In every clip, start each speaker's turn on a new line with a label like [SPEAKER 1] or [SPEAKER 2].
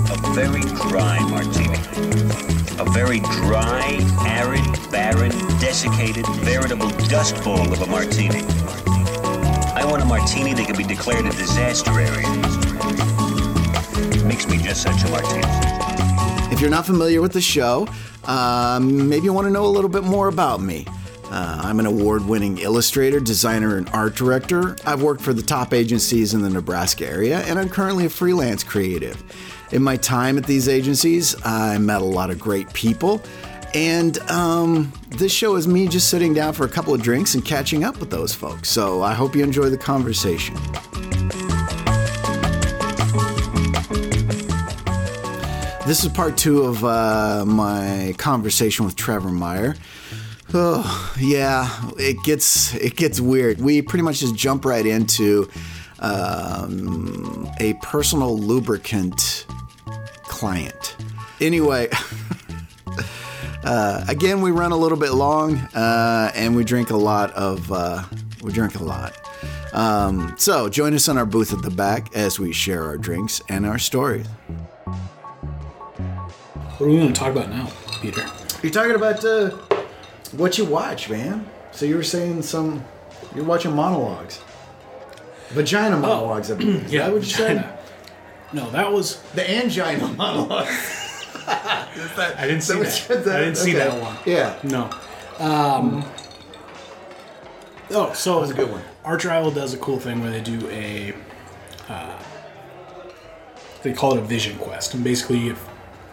[SPEAKER 1] A very dry martini. A very dry, arid, barren, desiccated, veritable dust bowl of a martini. I want a martini that can be declared a disaster area. Makes me just such a martini.
[SPEAKER 2] If you're not familiar with the show, um, maybe you want to know a little bit more about me. Uh, I'm an award winning illustrator, designer, and art director. I've worked for the top agencies in the Nebraska area, and I'm currently a freelance creative. In my time at these agencies, I met a lot of great people, and um, this show is me just sitting down for a couple of drinks and catching up with those folks. So I hope you enjoy the conversation. This is part two of uh, my conversation with Trevor Meyer. Oh yeah, it gets it gets weird. We pretty much just jump right into um, a personal lubricant client. Anyway, uh, again, we run a little bit long, uh, and we drink a lot of uh, we drink a lot. Um, so join us on our booth at the back as we share our drinks and our stories.
[SPEAKER 3] What are we going to talk about now, Peter?
[SPEAKER 2] You're talking about uh, what you watch, man. So you were saying some, you're watching monologues, vagina
[SPEAKER 3] Oh.
[SPEAKER 2] monologues. I believe. Is that what you said?
[SPEAKER 3] China. No, that was.
[SPEAKER 2] The angina monologues. Is that-
[SPEAKER 3] I didn't
[SPEAKER 2] is
[SPEAKER 3] see
[SPEAKER 2] what
[SPEAKER 3] that.
[SPEAKER 2] you said?
[SPEAKER 3] I didn't see that one.
[SPEAKER 2] Yeah.
[SPEAKER 3] No. Um, oh, so. That was
[SPEAKER 2] a good one.
[SPEAKER 3] Archer Owl does a cool thing where they do a. Uh, they call it a vision quest. And basically, you have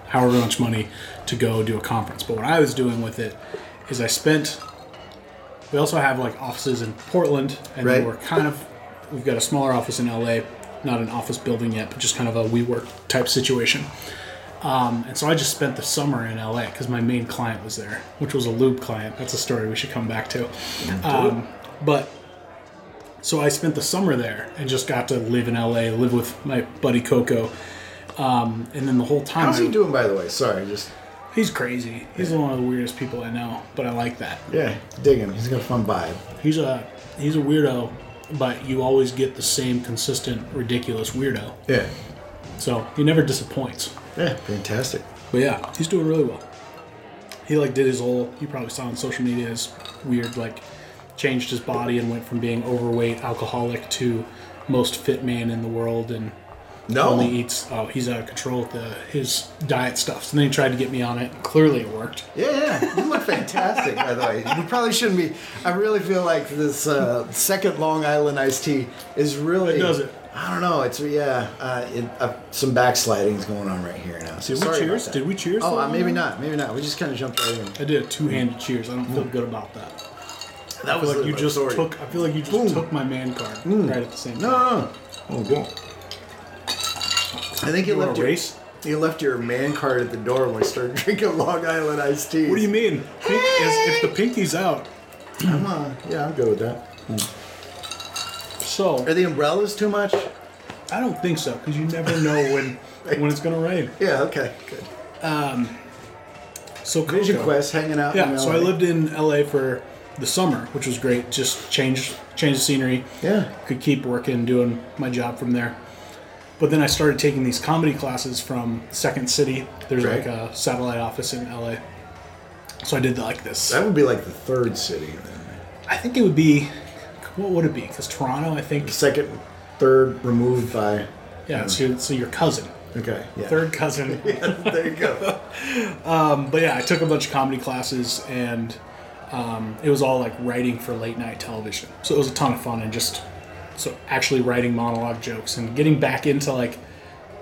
[SPEAKER 3] however much money to go do a conference. But what I was doing with it is I spent. We also have like offices in Portland, and then
[SPEAKER 2] Right.
[SPEAKER 3] we're kind of. We've got a smaller office in LA, not an office building yet, but just kind of a WeWork type situation. Um, And so I just spent the summer in LA because my main client was there, which was a lube client. That's a story we should come back to. Um, but so I spent the summer there and just got to live in LA, live with my buddy Coco. Um, and then the whole time,
[SPEAKER 2] How's
[SPEAKER 3] I-
[SPEAKER 2] he doing, by the way? Sorry, just
[SPEAKER 3] he's crazy. He's one of the weirdest people I know, but I like that.
[SPEAKER 2] yeah, dig him. He's got a fun vibe.
[SPEAKER 3] He's a he's a weirdo, but you always get the same consistent, ridiculous weirdo.
[SPEAKER 2] Yeah,
[SPEAKER 3] So he never disappoints.
[SPEAKER 2] yeah, fantastic.
[SPEAKER 3] But yeah, he's doing really well. He like did his whole. You probably saw on social media his weird like changed his body and went from being overweight alcoholic to most fit man in the world and
[SPEAKER 2] No,
[SPEAKER 3] only eats. Oh, he's out of control with the, his diet stuff. And then he tried to get me on it. Clearly it worked.
[SPEAKER 2] Yeah, yeah, you look fantastic, by the way. You probably shouldn't be. I really feel like this uh, second Long Island iced tea is really.
[SPEAKER 3] It does it.
[SPEAKER 2] I don't know. It's yeah. Uh, it, uh, some backsliding is going on right here now.
[SPEAKER 3] Did we cheers? Did we cheers
[SPEAKER 2] Oh,
[SPEAKER 3] for
[SPEAKER 2] uh,
[SPEAKER 3] that
[SPEAKER 2] maybe
[SPEAKER 3] one?
[SPEAKER 2] not. Maybe not. We just kind of jumped right in.
[SPEAKER 3] I did a two-handed cheers. I don't feel good about that.
[SPEAKER 2] That
[SPEAKER 3] I feel like you
[SPEAKER 2] my
[SPEAKER 3] just
[SPEAKER 2] story.
[SPEAKER 3] took. I feel like you just took my man card right at the same
[SPEAKER 2] No,
[SPEAKER 3] time.
[SPEAKER 2] no, no. Oh, good. I think you,
[SPEAKER 3] You wanna
[SPEAKER 2] left your
[SPEAKER 3] race?
[SPEAKER 2] you left your man card at the door when we started drinking Long Island iced tea.
[SPEAKER 3] What do you mean? Pink, is, if the pinky's out,
[SPEAKER 2] Come on. Yeah, I'm good with that.
[SPEAKER 3] so
[SPEAKER 2] Are the umbrellas too much?
[SPEAKER 3] I don't think so because you never know when when it's gonna rain.
[SPEAKER 2] Yeah. Okay. Good.
[SPEAKER 3] So Coco,
[SPEAKER 2] Vision Quest, hanging out.
[SPEAKER 3] Yeah,
[SPEAKER 2] in
[SPEAKER 3] so I
[SPEAKER 2] LA.
[SPEAKER 3] lived in LA for the summer, which was great. Just changed change the scenery.
[SPEAKER 2] Yeah.
[SPEAKER 3] could keep working doing my job from there. But then I started taking these comedy classes from Second City. There's
[SPEAKER 2] Right.
[SPEAKER 3] like a satellite office in LA. So I did like this.
[SPEAKER 2] That would be like the third city, then.
[SPEAKER 3] I think it would be what would it be? Because Toronto, I think.
[SPEAKER 2] second, third removed by.
[SPEAKER 3] Yeah, so, your- so your cousin,
[SPEAKER 2] Okay. Yeah.
[SPEAKER 3] third cousin.
[SPEAKER 2] there you go.
[SPEAKER 3] Um, But yeah, I took a bunch of comedy classes and um, it was all like writing for late night television. So it was a ton of fun and just so actually writing monologue jokes and getting back into like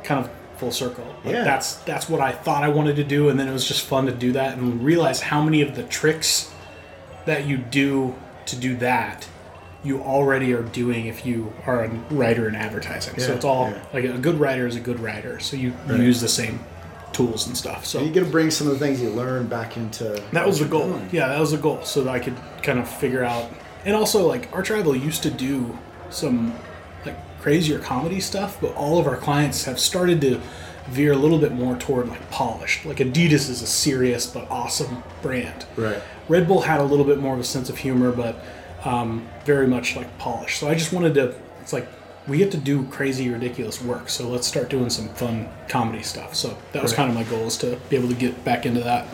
[SPEAKER 3] kind of full circle. Like,
[SPEAKER 2] Yeah.
[SPEAKER 3] That's that's what I thought I wanted to do and then it was just fun to do that and realize how many of the tricks that you do to do that you already are doing if you are a writer in advertising. so
[SPEAKER 2] Yeah,
[SPEAKER 3] it's all
[SPEAKER 2] yeah.
[SPEAKER 3] like a good writer is a good writer. So you use the same tools and stuff. So
[SPEAKER 2] You're gonna bring some of the things you learned back into.
[SPEAKER 3] that was the goal. Yeah, that was the goal, so that I could kind of figure out. And also, like our tribal used to do some like crazier comedy stuff, but all of our clients have started to veer a little bit more toward like polished. Like Adidas is a serious but awesome brand.
[SPEAKER 2] Right.
[SPEAKER 3] Red Bull had a little bit more of a sense of humor, but um, very much like polished. So I just wanted to. It's like we get to do crazy, ridiculous work. So let's start doing some fun comedy stuff. So that was kind of my goal is to be able to get back into that.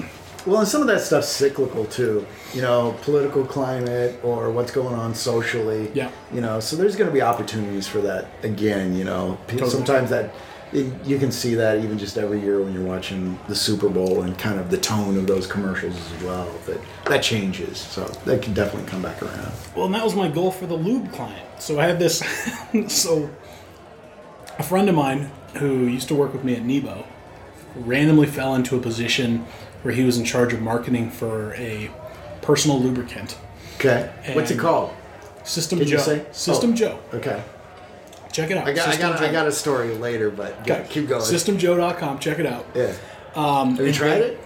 [SPEAKER 2] Well, and some of that stuff's cyclical too. You know, political climate or what's going on socially.
[SPEAKER 3] Yeah.
[SPEAKER 2] You know, so there's going to be opportunities for that again. You know, Pe-
[SPEAKER 3] Totally.
[SPEAKER 2] sometimes that it, you can see that even just every year when you're watching the Super Bowl and kind of the tone of those commercials as well. That that changes. So that can definitely come back around.
[SPEAKER 3] Well, and that was my goal for the lube client. So I had this. so a friend of mine who used to work with me at Nebo randomly fell into a position where he was in charge of marketing for a personal lubricant.
[SPEAKER 2] Okay. What's it
[SPEAKER 3] And-
[SPEAKER 2] called?
[SPEAKER 3] System
[SPEAKER 2] Did
[SPEAKER 3] Joe.
[SPEAKER 2] you say
[SPEAKER 3] System
[SPEAKER 2] Oh,
[SPEAKER 3] Joe.
[SPEAKER 2] Okay.
[SPEAKER 3] Check it out.
[SPEAKER 2] I got, I
[SPEAKER 3] System
[SPEAKER 2] got,
[SPEAKER 3] Joe.
[SPEAKER 2] I got a story later, but yeah,
[SPEAKER 3] Okay. Um,
[SPEAKER 2] keep going.
[SPEAKER 3] SystemJoe.com. Check it out.
[SPEAKER 2] Yeah. Have you tried it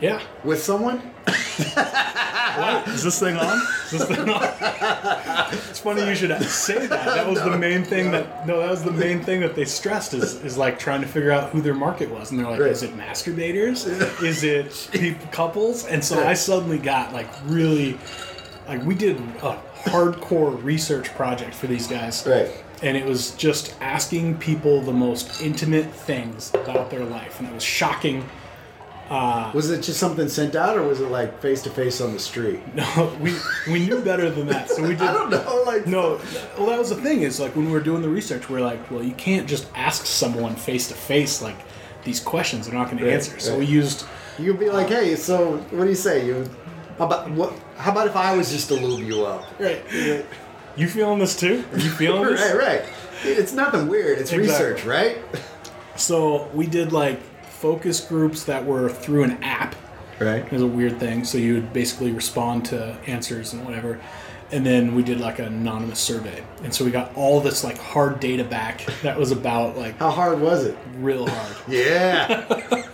[SPEAKER 3] Yeah.
[SPEAKER 2] with someone?
[SPEAKER 3] What? Is this thing on? Is this thing on? it's funny you should say that. That was the main thing that no, that was the main thing that they stressed is, is like trying to figure out who their market was, and they're like,
[SPEAKER 2] Right.
[SPEAKER 3] is it masturbators? Is it peop couples? And so I suddenly got like really, like we did a hardcore research project for these guys,
[SPEAKER 2] Right.
[SPEAKER 3] And it was just asking people the most intimate things about their life, and it was shocking.
[SPEAKER 2] Was it just something sent out, or was it like face to face on the street?
[SPEAKER 3] we we knew better than that, so we did.
[SPEAKER 2] I don't know. Like
[SPEAKER 3] No, well, that was the thing is like when we were doing the research, we are like, well, you can't just ask someone face to face like these questions; they're not going to answer. So
[SPEAKER 2] right.
[SPEAKER 3] we used
[SPEAKER 2] you could be like, hey, so what do you say? You how about what? How about if I was just to lube you up?
[SPEAKER 3] right. You feeling this too? You feeling this?
[SPEAKER 2] Right, right. It's nothing weird. It's
[SPEAKER 3] Exactly.
[SPEAKER 2] research, right?
[SPEAKER 3] So we did like focus groups that were through an app.
[SPEAKER 2] Right.
[SPEAKER 3] It was a weird thing. So you would basically respond to answers and whatever. And then we did like an anonymous survey, and so we got all this like hard data back that was about like
[SPEAKER 2] How hard was it?
[SPEAKER 3] real hard.
[SPEAKER 2] Yeah.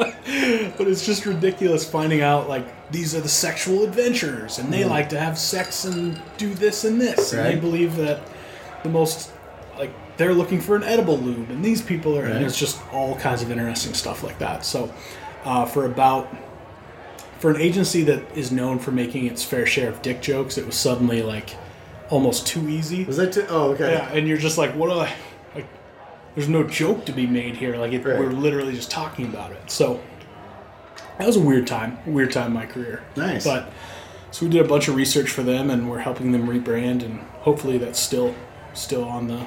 [SPEAKER 3] But it's just ridiculous finding out like these are the sexual adventurers and they like to have sex and do this and this and they
[SPEAKER 2] Right.
[SPEAKER 3] believe that the most like they're looking for an edible lube and these people are and it's just all kinds of interesting stuff like that. So uh, for about for an agency that is known for making its fair share of dick jokes, it was suddenly like almost too easy.
[SPEAKER 2] Was that? Too, oh, okay.
[SPEAKER 3] Yeah, and you're just like, what do I like? There's no joke to be made here. Like, if
[SPEAKER 2] Right.
[SPEAKER 3] we're literally just talking about it. So that was a weird time, a weird time in my career.
[SPEAKER 2] Nice.
[SPEAKER 3] But so we did a bunch of research for them, and we're helping them rebrand, and hopefully that's still still on the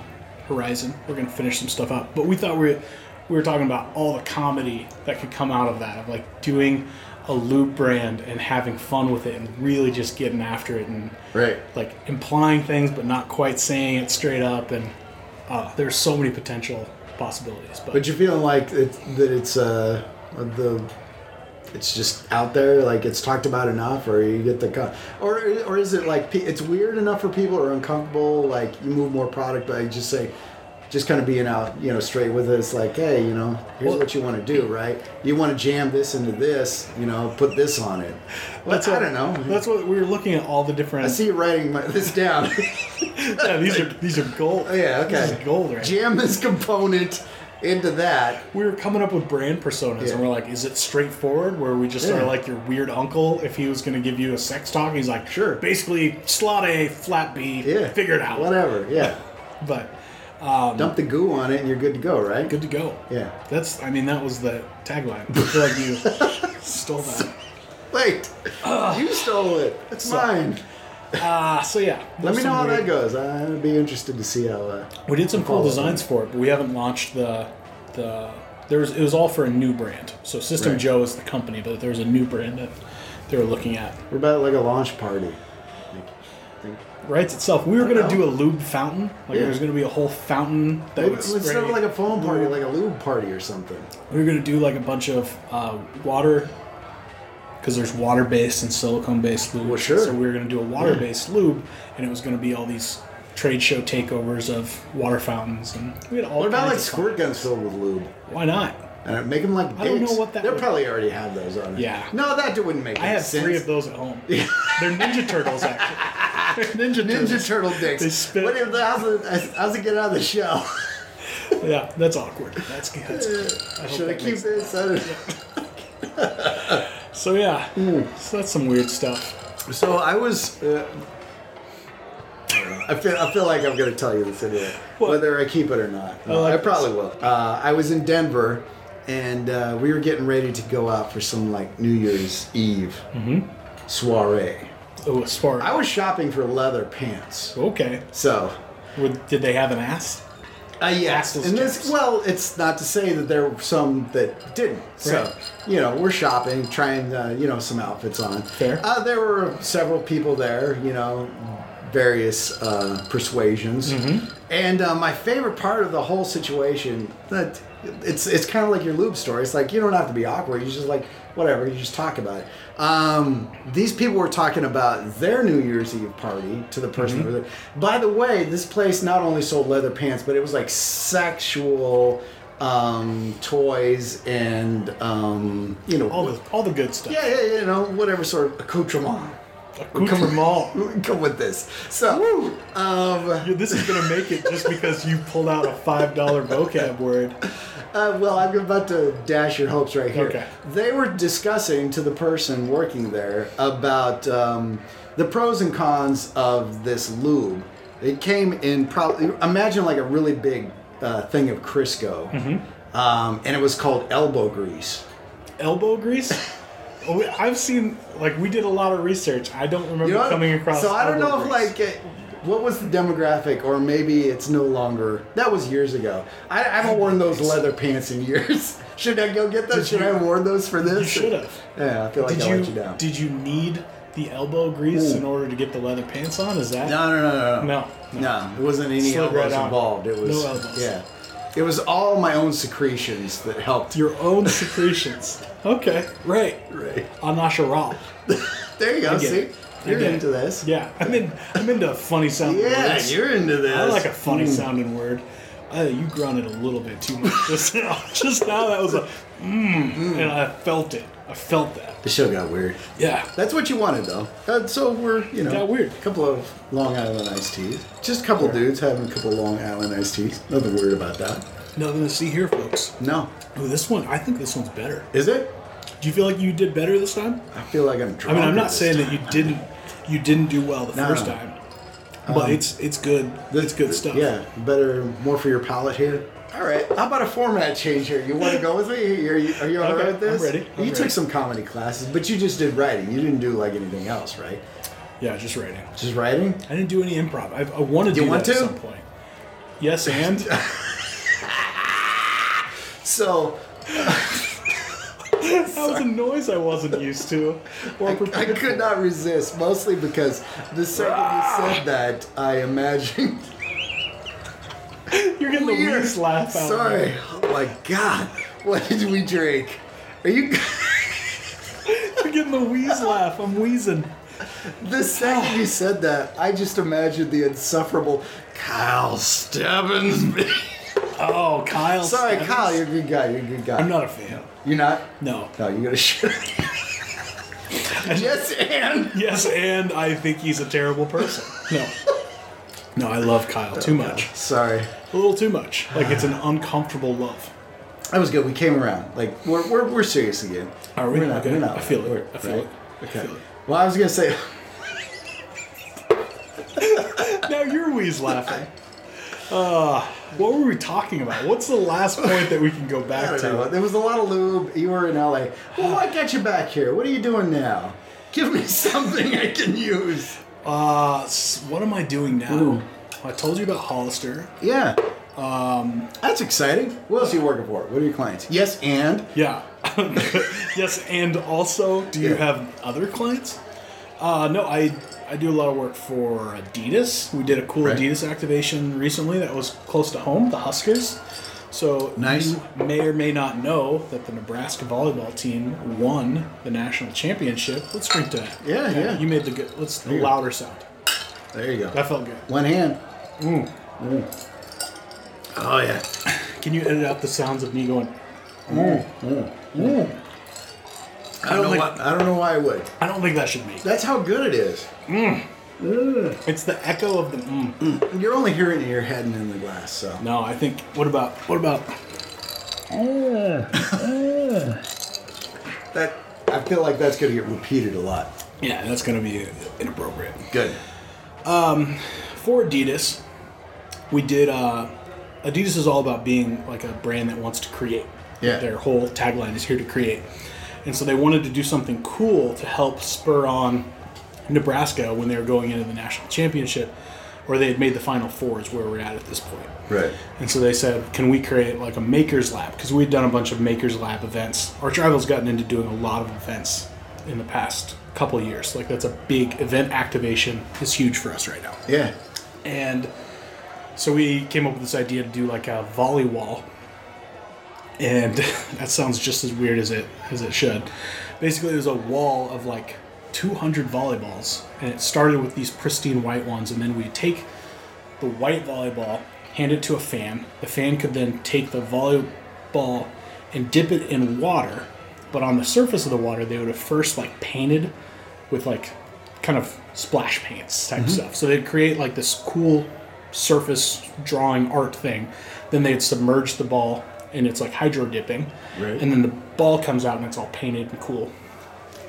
[SPEAKER 3] horizon. We're gonna finish some stuff up, but we thought we we were talking about all the comedy that could come out of that, of like doing a loop brand and having fun with it, and really just getting after it, and
[SPEAKER 2] Right.
[SPEAKER 3] like implying things but not quite saying it straight up and uh, there's so many potential possibilities but,
[SPEAKER 2] But you're feeling like it, that it's uh the it's just out there, like it's talked about enough, or you get the con- or or is it like pe- it's weird enough for people or uncomfortable? Like you move more product by just say. Just kind of being out, you know, straight with it. It's like, hey, you know, here's what you want to do, right? You want to jam this into this, you know, put this on it. That's I don't know.
[SPEAKER 3] that's what we were looking at all the different
[SPEAKER 2] I see you writing my, this down.
[SPEAKER 3] yeah, these are these are gold
[SPEAKER 2] Oh, yeah,
[SPEAKER 3] this
[SPEAKER 2] okay.
[SPEAKER 3] is gold right
[SPEAKER 2] Jam this component into that,
[SPEAKER 3] we were coming up with brand personas
[SPEAKER 2] Yeah.
[SPEAKER 3] and we're like is it straightforward where we just are
[SPEAKER 2] Yeah.
[SPEAKER 3] like your weird uncle if he was going to give you a sex talk he's like
[SPEAKER 2] Sure.
[SPEAKER 3] basically slot a flat b
[SPEAKER 2] yeah.
[SPEAKER 3] figure it out
[SPEAKER 2] Whatever, yeah.
[SPEAKER 3] but
[SPEAKER 2] Dump the goo on it and you're good to go, right?
[SPEAKER 3] good to go
[SPEAKER 2] Yeah.
[SPEAKER 3] that's i mean that was the tagline i feel like you stole that
[SPEAKER 2] Wait, you stole it. It's mine.
[SPEAKER 3] Ah, so yeah.
[SPEAKER 2] Let
[SPEAKER 3] there's
[SPEAKER 2] me
[SPEAKER 3] some
[SPEAKER 2] know how
[SPEAKER 3] weird-
[SPEAKER 2] that goes. Uh, I'd be interested to see how. Uh,
[SPEAKER 3] We did some cool
[SPEAKER 2] Follow
[SPEAKER 3] designs for it, but we haven't launched the the. There was it was all for a new brand. So System
[SPEAKER 2] Right.
[SPEAKER 3] Joe is the company, but there's a new brand that they were looking at.
[SPEAKER 2] we're about like a launch party.
[SPEAKER 3] Writes itself. We were gonna
[SPEAKER 2] know.
[SPEAKER 3] do a lube fountain. Like
[SPEAKER 2] Yeah.
[SPEAKER 3] there's gonna be a whole fountain that
[SPEAKER 2] Maybe
[SPEAKER 3] would
[SPEAKER 2] let's
[SPEAKER 3] spray.
[SPEAKER 2] have like a foam party, like a lube party or something.
[SPEAKER 3] we were gonna do like a bunch of uh, water. Because there's water-based and silicone-based lube,
[SPEAKER 2] sure.
[SPEAKER 3] so we were going to do a water-based lube, and it was going to be all these trade show takeovers of water fountains, and we had all.
[SPEAKER 2] What about
[SPEAKER 3] kinds
[SPEAKER 2] like
[SPEAKER 3] of fun.
[SPEAKER 2] squirt guns filled with lube?
[SPEAKER 3] Why not?
[SPEAKER 2] And make them like dicks.
[SPEAKER 3] I don't know what that
[SPEAKER 2] They
[SPEAKER 3] would-
[SPEAKER 2] probably already have those on it.
[SPEAKER 3] Yeah.
[SPEAKER 2] No, that wouldn't make
[SPEAKER 3] I
[SPEAKER 2] any
[SPEAKER 3] have
[SPEAKER 2] sense.
[SPEAKER 3] three of those at home. They're Ninja Turtles, actually. They're Ninja,
[SPEAKER 2] Ninja Turtle dicks.
[SPEAKER 3] They spit.
[SPEAKER 2] What if the, how's, it, how's it get out of the shell?
[SPEAKER 3] Yeah, that's awkward. That's good. That's good.
[SPEAKER 2] Should I
[SPEAKER 3] that
[SPEAKER 2] keep
[SPEAKER 3] makes-
[SPEAKER 2] this? I don't know.
[SPEAKER 3] So yeah,
[SPEAKER 2] Mm.
[SPEAKER 3] so that's some weird stuff.
[SPEAKER 2] So I was. Uh, I don't know. I feel, I feel like I'm going to tell you this anyway,
[SPEAKER 3] What?
[SPEAKER 2] whether I keep it or not. No, I,
[SPEAKER 3] like
[SPEAKER 2] probably will. Uh, I was in Denver, and uh, we were getting ready to go out for some like New Year's Eve
[SPEAKER 3] Mm-hmm.
[SPEAKER 2] soiree.
[SPEAKER 3] Oh, as far
[SPEAKER 2] I was shopping for leather pants,
[SPEAKER 3] okay.
[SPEAKER 2] so
[SPEAKER 3] Would, did they have an ass?
[SPEAKER 2] Uh, yes,
[SPEAKER 3] Axel's
[SPEAKER 2] and this
[SPEAKER 3] chips.
[SPEAKER 2] well, it's not to say that there were some that didn't. So
[SPEAKER 3] Right.
[SPEAKER 2] you know, we're shopping, trying uh, you know some outfits on.
[SPEAKER 3] Fair.
[SPEAKER 2] Uh, there were several people there, you know, various uh, persuasions,
[SPEAKER 3] Mm-hmm.
[SPEAKER 2] and uh, my favorite part of the whole situation that it's it's kind of like your lube story. It's like you don't have to be awkward. You just like whatever. You just talk about it. Um, these people were talking about their New Year's Eve party to the person
[SPEAKER 3] Mm-hmm.
[SPEAKER 2] who was there. By the way, this place not only sold leather pants, but it was like sexual um, toys and um, you know
[SPEAKER 3] All the all the good stuff.
[SPEAKER 2] yeah, yeah, yeah, you know, whatever sort of accoutrement would come with,
[SPEAKER 3] Accoutrement.
[SPEAKER 2] would come with this. So, um,
[SPEAKER 3] This is gonna make it just because you pulled out a five dollar vocab word.
[SPEAKER 2] Uh, well, I'm about to dash your hopes right here.
[SPEAKER 3] Okay.
[SPEAKER 2] They were discussing to the person working there about um, the pros and cons of this lube. It came in probably, imagine like a really big uh, thing of Crisco, um, and it was called elbow grease.
[SPEAKER 3] Elbow grease. Oh, we- I've seen like we did a lot of research. I don't remember
[SPEAKER 2] You know what?
[SPEAKER 3] coming across.
[SPEAKER 2] So I don't
[SPEAKER 3] elbow
[SPEAKER 2] know if
[SPEAKER 3] grease.
[SPEAKER 2] like uh, what was the demographic, or maybe it's no longer. That was years ago. I, I haven't worn those leather pants in years. Should I go get those? Should I have worn those for this?
[SPEAKER 3] you should have.
[SPEAKER 2] Yeah, I feel like
[SPEAKER 3] Did
[SPEAKER 2] I
[SPEAKER 3] you,
[SPEAKER 2] let you down.
[SPEAKER 3] did you need the elbow grease in order to get the leather pants on? Is that
[SPEAKER 2] no, no, no, no,
[SPEAKER 3] No,
[SPEAKER 2] no, no. It wasn't any
[SPEAKER 3] Slid
[SPEAKER 2] elbows
[SPEAKER 3] right out.
[SPEAKER 2] involved. It was
[SPEAKER 3] No elbows.
[SPEAKER 2] Yeah, it was all my own secretions that helped.
[SPEAKER 3] your own secretions? okay, right.
[SPEAKER 2] Right.
[SPEAKER 3] Anasharal.
[SPEAKER 2] There you go.
[SPEAKER 3] get
[SPEAKER 2] See,
[SPEAKER 3] it. I
[SPEAKER 2] you're
[SPEAKER 3] get it.
[SPEAKER 2] into this.
[SPEAKER 3] Yeah, I'm in. I'm into funny sounding
[SPEAKER 2] Yeah,
[SPEAKER 3] words.
[SPEAKER 2] you're into this. Mm.
[SPEAKER 3] I like a funny sounding word. Uh, you grunted a little bit too much just now. Just now, that was a
[SPEAKER 2] Mm.
[SPEAKER 3] mmm, and I felt it. I felt that.
[SPEAKER 2] The show got weird.
[SPEAKER 3] Yeah.
[SPEAKER 2] That's what you wanted, though. Uh, so we're, you know,
[SPEAKER 3] Got weird.
[SPEAKER 2] A couple of Long Island iced teas. Just a couple dudes having a couple of Long Island iced teas. Nothing weird about that.
[SPEAKER 3] Nothing to see here, folks.
[SPEAKER 2] No,
[SPEAKER 3] Ooh, this one. I think this one's better.
[SPEAKER 2] is it?
[SPEAKER 3] Do you feel like you did better this time?
[SPEAKER 2] I feel like I'm
[SPEAKER 3] I
[SPEAKER 2] drunk.
[SPEAKER 3] mean, I'm
[SPEAKER 2] at
[SPEAKER 3] not
[SPEAKER 2] this
[SPEAKER 3] saying
[SPEAKER 2] time.
[SPEAKER 3] that you didn't. You didn't do well the
[SPEAKER 2] No,
[SPEAKER 3] first
[SPEAKER 2] no.
[SPEAKER 3] time. But it's it's good.
[SPEAKER 2] This-
[SPEAKER 3] It's good stuff.
[SPEAKER 2] Yeah, better, more for your palate here. All right, how about a format change here? You want to go with me? Are you, are you all
[SPEAKER 3] Okay,
[SPEAKER 2] right with this?
[SPEAKER 3] I'm ready.
[SPEAKER 2] you
[SPEAKER 3] I'm ready.
[SPEAKER 2] took some comedy classes, but you just did writing. You didn't do like anything else, right?
[SPEAKER 3] Yeah, just writing.
[SPEAKER 2] Just writing.
[SPEAKER 3] I didn't do any improv. I've, I want to do
[SPEAKER 2] want
[SPEAKER 3] that
[SPEAKER 2] to?
[SPEAKER 3] at some point. Yes, and
[SPEAKER 2] So
[SPEAKER 3] That was a noise I wasn't used to. Or
[SPEAKER 2] I, I could not resist, mostly because the second you said that, I imagined
[SPEAKER 3] You're getting the
[SPEAKER 2] Weird.
[SPEAKER 3] weirdest laugh out of
[SPEAKER 2] Sorry.
[SPEAKER 3] me.
[SPEAKER 2] Oh my god. What did we drink? Are you
[SPEAKER 3] You're getting the wheeze laugh. I'm wheezing.
[SPEAKER 2] the second you said that, I just imagined the insufferable Kyle Stebbins.
[SPEAKER 3] Oh, Kyle.
[SPEAKER 2] Sorry,
[SPEAKER 3] Stevens.
[SPEAKER 2] Kyle, you're a good guy. You're a good guy.
[SPEAKER 3] I'm not a fan.
[SPEAKER 2] You're not?
[SPEAKER 3] No.
[SPEAKER 2] No, you gotta shut Yes and
[SPEAKER 3] Yes, and I think he's a terrible person. No. No, I love Kyle too
[SPEAKER 2] Oh,
[SPEAKER 3] much.
[SPEAKER 2] Sorry.
[SPEAKER 3] A little too much. Like it's an uncomfortable love.
[SPEAKER 2] That was good. We came around. Like we're we're, we're serious again.
[SPEAKER 3] Are we?
[SPEAKER 2] We're not,
[SPEAKER 3] Okay.
[SPEAKER 2] we're not.
[SPEAKER 3] I feel it.
[SPEAKER 2] We're-
[SPEAKER 3] I feel
[SPEAKER 2] right?
[SPEAKER 3] it. I
[SPEAKER 2] Okay.
[SPEAKER 3] feel it.
[SPEAKER 2] Well I was gonna say
[SPEAKER 3] Now you're wheeze laughing. Uh, what were we talking about? What's the last point that we can go
[SPEAKER 2] I
[SPEAKER 3] back
[SPEAKER 2] don't know.
[SPEAKER 3] to?
[SPEAKER 2] There was a lot of lube. You were in LA. Well, what got you back here? What are you doing now? Give me something I can use.
[SPEAKER 3] Uh, s- what am I doing now?
[SPEAKER 2] Ooh.
[SPEAKER 3] I told you about Hollister.
[SPEAKER 2] Yeah. Um, That's exciting. What else are you working for? What are your clients? Yes, and
[SPEAKER 3] Yeah. yes, and also, do you
[SPEAKER 2] Yeah.
[SPEAKER 3] have other clients? Uh, no, I I do a lot of work for Adidas. We did a cool
[SPEAKER 2] Right.
[SPEAKER 3] Adidas activation recently that was close to home, the Huskers. So
[SPEAKER 2] Nice.
[SPEAKER 3] you may or may not know that the Nebraska volleyball team won the national championship. Let's drink to that.
[SPEAKER 2] Yeah, yeah.
[SPEAKER 3] You made the good. Let's the
[SPEAKER 2] you go.
[SPEAKER 3] louder sound.
[SPEAKER 2] there you go.
[SPEAKER 3] That felt good.
[SPEAKER 2] One hand. Mm. Oh yeah.
[SPEAKER 3] Can you edit out the sounds of me going?
[SPEAKER 2] I don't,
[SPEAKER 3] think-
[SPEAKER 2] Mm. know why, I don't know why I would.
[SPEAKER 3] I don't think that should be.
[SPEAKER 2] That's how good it is.
[SPEAKER 3] It's the echo of the. Mm.
[SPEAKER 2] You're only hearing it in your head and in the glass, so.
[SPEAKER 3] No, I think. What about? What about?
[SPEAKER 2] That I feel like that's going to get repeated a lot.
[SPEAKER 3] Yeah, that's gonna be inappropriate.
[SPEAKER 2] Good.
[SPEAKER 3] for Adidas, we did. Uh, Adidas is all about being like a brand that wants to create.
[SPEAKER 2] Yeah.
[SPEAKER 3] Their whole tagline is here to create, and so they wanted to do something cool to help spur on Nebraska when they were going into the national championship, or they had made the Final Four is where we're at at this point.
[SPEAKER 2] Right.
[SPEAKER 3] And so they said, can we create like a makers lab? Because we'd done a bunch of makers lab events. Our tribal's gotten into doing a lot of events in the past couple years. Like that's a big event activation is huge for us right now.
[SPEAKER 2] Yeah.
[SPEAKER 3] And so we came up with this idea to do like a volley wall. And that sounds just as weird as it as it should. Basically, it was a wall of like 200 volleyballs, and it started with these pristine white ones, and then we take the white volleyball, hand it to a fan. The fan could then take the volleyball and dip it in water, but on the surface of the water, they would have first like painted with like kind of splash paints type stuff. So they'd create like this cool surface drawing art thing. Then they'd submerge the ball and it's like hydro dipping.
[SPEAKER 2] Right.
[SPEAKER 3] And then the ball comes out and it's all painted and cool.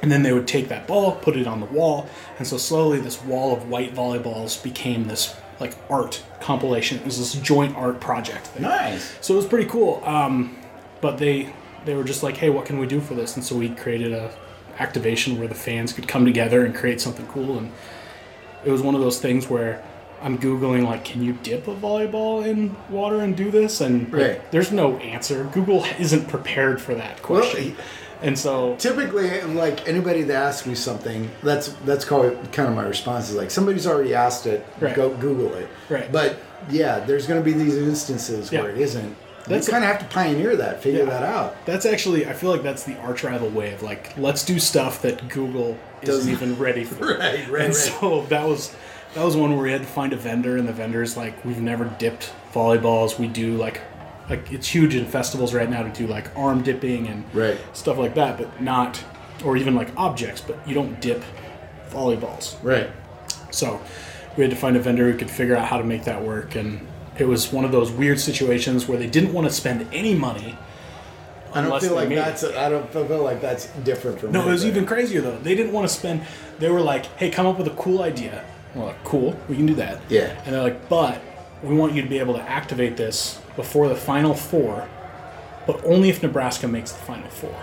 [SPEAKER 3] And then they would take that ball, put it on the wall, and so slowly this wall of white volleyballs became this like art compilation. It was this joint art project thing.
[SPEAKER 2] Nice.
[SPEAKER 3] So it was pretty cool. Um, but they they were just like, hey, what can we do for this? And so we created a activation where the fans could come together and create something cool. And it was one of those things where I'm googling like, can you dip a volleyball in water and do this? And like,
[SPEAKER 2] Right.
[SPEAKER 3] there's no answer. Google isn't prepared for that question. and so
[SPEAKER 2] Typically, like anybody that asks me something, that's that's called kind of my response is like somebody's already asked it.
[SPEAKER 3] Right.
[SPEAKER 2] Go Google it.
[SPEAKER 3] Right.
[SPEAKER 2] But yeah, there's going to be these instances
[SPEAKER 3] Yeah.
[SPEAKER 2] where it isn't.
[SPEAKER 3] That's-
[SPEAKER 2] you kind of have to pioneer that, figure
[SPEAKER 3] Yeah.
[SPEAKER 2] that out.
[SPEAKER 3] That's actually, I feel like that's the arch rival way of like, let's do stuff that Google isn't
[SPEAKER 2] Doesn't-
[SPEAKER 3] even ready for.
[SPEAKER 2] Right, right,
[SPEAKER 3] and
[SPEAKER 2] right.
[SPEAKER 3] so that was that was one where we had to find a vendor, and the vendor's like, we've never dipped volleyballs. We do like, like it's huge in festivals right now to do like arm dipping and
[SPEAKER 2] Right.
[SPEAKER 3] stuff like that, but not, or even like objects, but you don't dip volleyballs.
[SPEAKER 2] Right.
[SPEAKER 3] So we had to find a vendor who could figure out how to make that work. And it was one of those weird situations where they didn't want to spend any money.
[SPEAKER 2] I don't
[SPEAKER 3] Unless
[SPEAKER 2] feel
[SPEAKER 3] they
[SPEAKER 2] like
[SPEAKER 3] made it.
[SPEAKER 2] that's. I don't feel like that's different from.
[SPEAKER 3] No, it was
[SPEAKER 2] anybody.
[SPEAKER 3] even crazier though. They didn't want to spend. They were like, "Hey, come up with a cool idea." And we're like, "Cool, we can do that."
[SPEAKER 2] Yeah.
[SPEAKER 3] And they're like, "But we want you to be able to activate this before the final four, but only if Nebraska makes the final four.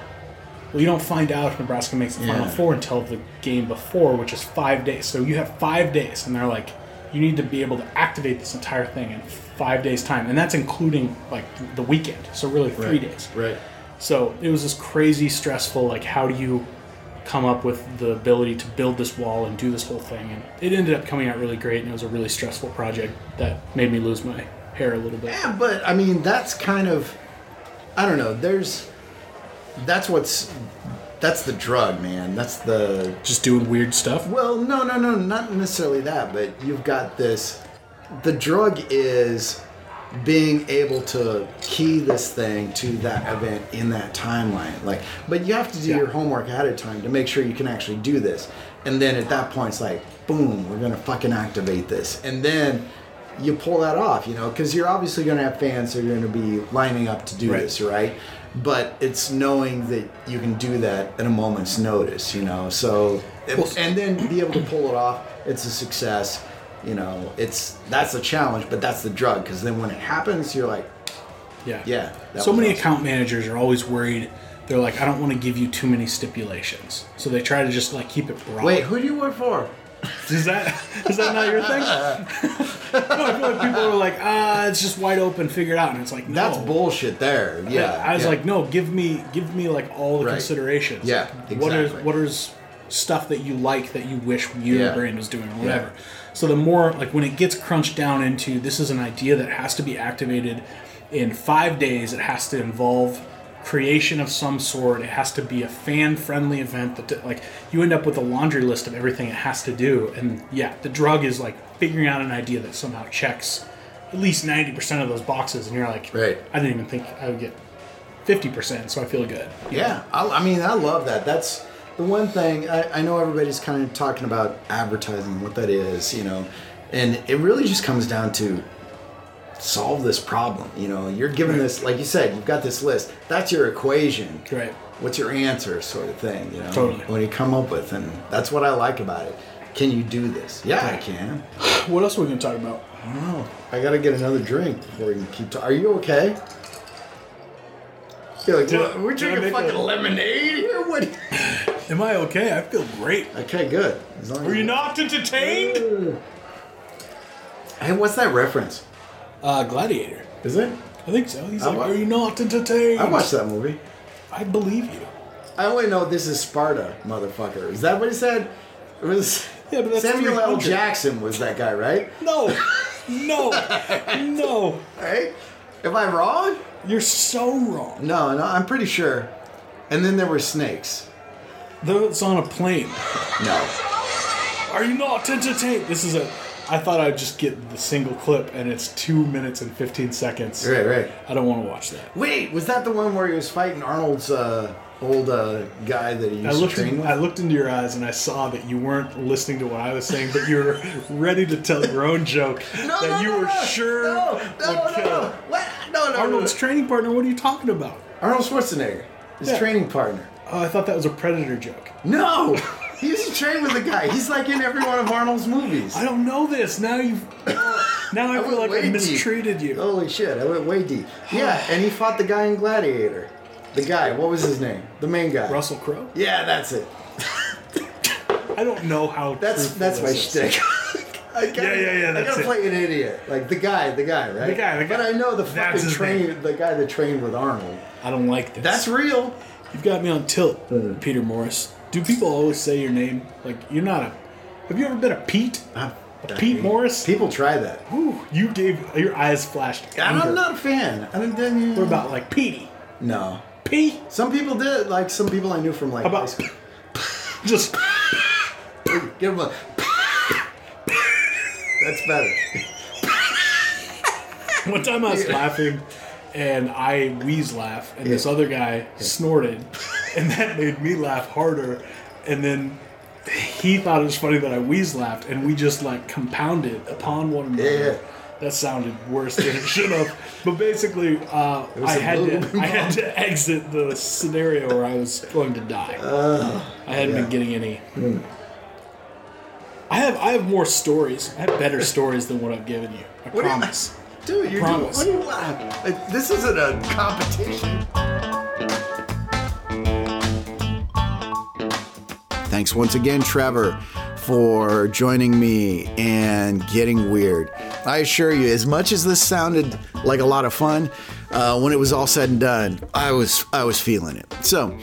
[SPEAKER 3] Well, you don't find out if Nebraska makes the final
[SPEAKER 2] Yeah.
[SPEAKER 3] four until the game before, which is five days. So you have five days, and they're like, "You need to be able to activate this entire thing in five days' time, and that's including like the weekend. So really, three days."
[SPEAKER 2] Right.
[SPEAKER 3] So it was this crazy, stressful. Like, how do you come up with the ability to build this wall and do this whole thing? And it ended up coming out really great, and it was a really stressful project that made me lose my hair a little bit.
[SPEAKER 2] Yeah, but I mean, that's kind of, I don't know. There's, that's what's, that's the drug, man. That's the.
[SPEAKER 3] Just doing weird stuff.
[SPEAKER 2] Well, no, no, no, not necessarily that, but you've got this. The drug is being able to key this thing to that event in that timeline. Like, but you have to do
[SPEAKER 3] Yeah.
[SPEAKER 2] your homework ahead of time to make sure you can actually do this. And then at that point, it's like, boom, we're gonna fucking activate this. And then you pull that off, you know, because you're obviously gonna have fans that are gonna be lining up to do
[SPEAKER 3] Right.
[SPEAKER 2] this, right? But it's knowing that you can do that at a moment's notice, you know. So and then be able to pull it off. It's a success. You know, it's that's the challenge, but that's the drug because then when it happens, you're like,
[SPEAKER 3] Yeah.
[SPEAKER 2] Yeah, that
[SPEAKER 3] So
[SPEAKER 2] was
[SPEAKER 3] many
[SPEAKER 2] awesome.
[SPEAKER 3] account managers are always worried. They're like, I don't want to give you too many stipulations, so they try to just like keep it broad.
[SPEAKER 2] wait, who do you work for?
[SPEAKER 3] Is that is that not your thing? no, I feel like people are like, ah, it's just wide open, figure it out, and it's like, no.
[SPEAKER 2] That's bullshit. There, yeah.
[SPEAKER 3] I was
[SPEAKER 2] yeah.
[SPEAKER 3] like, no, give me give me like all the
[SPEAKER 2] Right.
[SPEAKER 3] considerations.
[SPEAKER 2] Yeah,
[SPEAKER 3] What is
[SPEAKER 2] exactly.
[SPEAKER 3] what is stuff that you like that you wish your
[SPEAKER 2] Yeah.
[SPEAKER 3] brand was doing or whatever. So the more like when it gets crunched down into this is an idea that has to be activated in five days, it has to involve creation of some sort. It has to be a fan friendly event that like you end up with a laundry list of everything it has to do. And yeah, the drug is like figuring out an idea that somehow checks at least ninety percent of those boxes and you're like
[SPEAKER 2] Right.
[SPEAKER 3] I didn't even think I would get fifty percent, so I feel good.
[SPEAKER 2] Yeah, I, I mean, I love that. That's the one thing I, I know everybody's kind of talking about advertising, what that is, you know, and it really just comes down to solve this problem. You know, you're given this, like you said, you've got this list. That's your equation.
[SPEAKER 3] Right.
[SPEAKER 2] What's your answer, sort of thing, you know?
[SPEAKER 3] Totally.
[SPEAKER 2] What do you come up with? And that's what I like about it. Can you do this? Yeah, I can.
[SPEAKER 3] What else are we gonna talk about?
[SPEAKER 2] Oh, I gotta get another drink before we can keep talking. Are you okay? You're like, "What- we're
[SPEAKER 3] did I
[SPEAKER 2] drinking
[SPEAKER 3] make
[SPEAKER 2] fucking
[SPEAKER 3] a-
[SPEAKER 2] lemonade here? What?
[SPEAKER 3] Am I okay? I feel great.
[SPEAKER 2] Okay, good. As long as-
[SPEAKER 3] Were you not entertained?
[SPEAKER 2] Hey, what's that reference?
[SPEAKER 3] Uh, Gladiator.
[SPEAKER 2] Is it?
[SPEAKER 3] I think so. He's
[SPEAKER 2] I
[SPEAKER 3] like,
[SPEAKER 2] wa-
[SPEAKER 3] "Are you not entertained?"
[SPEAKER 2] I watched that movie.
[SPEAKER 3] I believe you.
[SPEAKER 2] I only know this is Sparta, motherfucker. Is that what he said? It was.
[SPEAKER 3] Yeah, but that's
[SPEAKER 2] Samuel L.
[SPEAKER 3] 300.
[SPEAKER 2] Jackson was that guy, right?
[SPEAKER 3] No, no, no.
[SPEAKER 2] Right? Am I wrong?
[SPEAKER 3] You're so wrong.
[SPEAKER 2] No, no, I'm pretty sure. And then there were snakes.
[SPEAKER 3] Though it's on a plane.
[SPEAKER 2] No.
[SPEAKER 3] Are you not entertained? This is a. I thought I'd just get the single clip, and it's two minutes and fifteen seconds.
[SPEAKER 2] Right, right.
[SPEAKER 3] I don't want to watch that.
[SPEAKER 2] Wait, was that the one where he was fighting Arnold's uh, old uh, guy that he used
[SPEAKER 3] I
[SPEAKER 2] to
[SPEAKER 3] looked,
[SPEAKER 2] train
[SPEAKER 3] in,
[SPEAKER 2] with?
[SPEAKER 3] I looked into your eyes and I saw that you weren't listening to what I was saying, but you were ready to tell your own joke that you were sure
[SPEAKER 2] No, no,
[SPEAKER 3] would
[SPEAKER 2] no,
[SPEAKER 3] kill.
[SPEAKER 2] no. What? No, no, no,
[SPEAKER 3] Arnold's
[SPEAKER 2] no.
[SPEAKER 3] training partner, what are you talking about?
[SPEAKER 2] Arnold Schwarzenegger, his
[SPEAKER 3] Yeah.
[SPEAKER 2] training partner.
[SPEAKER 3] Oh, I thought that was a Predator joke.
[SPEAKER 2] No, he used to train with the guy. He's like in every one of Arnold's movies.
[SPEAKER 3] I don't know this. Now you've. Now I
[SPEAKER 2] went
[SPEAKER 3] feel like
[SPEAKER 2] way
[SPEAKER 3] I
[SPEAKER 2] deep. Oh.
[SPEAKER 3] mistreated you.
[SPEAKER 2] Holy shit, I went way deep. Yeah, and he fought the guy in Gladiator. The guy, what was his name? The main guy.
[SPEAKER 3] Russell Crowe?
[SPEAKER 2] Yeah, that's it.
[SPEAKER 3] I don't know how.
[SPEAKER 2] That's
[SPEAKER 3] truthful
[SPEAKER 2] that's my
[SPEAKER 3] this is.
[SPEAKER 2] shtick. I gotta,
[SPEAKER 3] Yeah, yeah, yeah,
[SPEAKER 2] I
[SPEAKER 3] that's
[SPEAKER 2] gotta
[SPEAKER 3] it.
[SPEAKER 2] play an idiot, like the guy, the guy, right?
[SPEAKER 3] The guy, the
[SPEAKER 2] But
[SPEAKER 3] guy.
[SPEAKER 2] I know the
[SPEAKER 3] That's
[SPEAKER 2] fucking
[SPEAKER 3] his
[SPEAKER 2] train, the guy that trained with Arnold.
[SPEAKER 3] I don't like this.
[SPEAKER 2] That's real.
[SPEAKER 3] You've got me on tilt, Peter Morris. Do people always say your name? Like, you're not a. Have you ever been a Pete?
[SPEAKER 2] Ah,
[SPEAKER 3] Pete Morris?
[SPEAKER 2] People try that.
[SPEAKER 3] Ooh, you gave. Your eyes flashed.
[SPEAKER 2] And
[SPEAKER 3] anger.
[SPEAKER 2] I'm not a fan. I don't. then-
[SPEAKER 3] What about, like, Petey?
[SPEAKER 2] No.
[SPEAKER 3] Pete?
[SPEAKER 2] Some people did. Like some people I knew from like.
[SPEAKER 3] How
[SPEAKER 2] high
[SPEAKER 3] about.
[SPEAKER 2] school.
[SPEAKER 3] Just.
[SPEAKER 2] Give him a. That's better.
[SPEAKER 3] One time I was laughing, and I wheeze laugh, and this
[SPEAKER 2] Yeah.
[SPEAKER 3] other guy snorted, and that made me laugh harder. And then he thought it was funny that I wheeze laughed, and we just like compounded upon one another.
[SPEAKER 2] Yeah, yeah.
[SPEAKER 3] That sounded worse than it should have. But basically, uh,
[SPEAKER 2] was
[SPEAKER 3] I
[SPEAKER 2] some
[SPEAKER 3] had
[SPEAKER 2] lube
[SPEAKER 3] to I had to exit the scenario where I was going to die.
[SPEAKER 2] Uh,
[SPEAKER 3] I hadn't
[SPEAKER 2] yeah. Hmm.
[SPEAKER 3] been getting any. I have I have more stories. I have better stories than what I've given you. I
[SPEAKER 2] What do you-
[SPEAKER 3] promise.
[SPEAKER 2] Dude, you're doing,
[SPEAKER 3] Promise.
[SPEAKER 2] what are you laughing? Like, This isn't a competition.
[SPEAKER 4] Thanks once again, Trevor, for joining me and getting weird. I assure you, as much as this sounded like a lot of fun, uh, when it was all said and done, I was I was feeling it. So,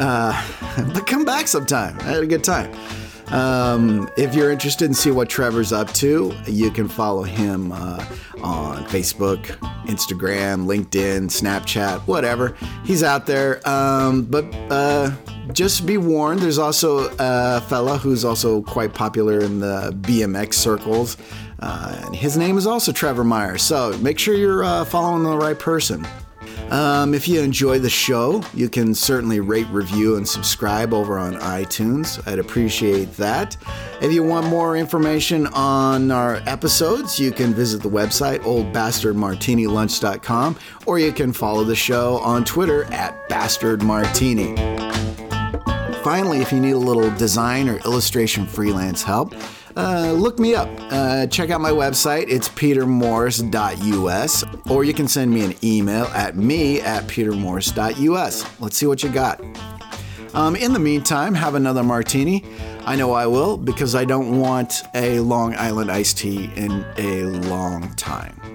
[SPEAKER 4] uh, but come back sometime. I had a good time. Um, if you're interested in see what Trevor's up to, you can follow him uh, on Facebook, Instagram, LinkedIn, Snapchat, whatever. He's out there. Um, but uh, just be warned, there's also a fella who's also quite popular in the BMX circles. Uh, and his name is also Trevor Myers. So make sure you're uh, following the right person. Um, if you enjoy the show, you can certainly rate, review, and subscribe over on iTunes. I'd appreciate that. If you want more information on our episodes, you can visit the website oldbastardmartinilunch.com or you can follow the show on Twitter at bastardmartini. Finally, if you need a little design or illustration freelance help, uh, look me up. Uh, check out my website. It's petermorris.us, or you can send me an email at me at petermorris.us. Let's see what you got. Um, in the meantime, have another martini. I know I will because I don't want a Long Island iced tea in a long time.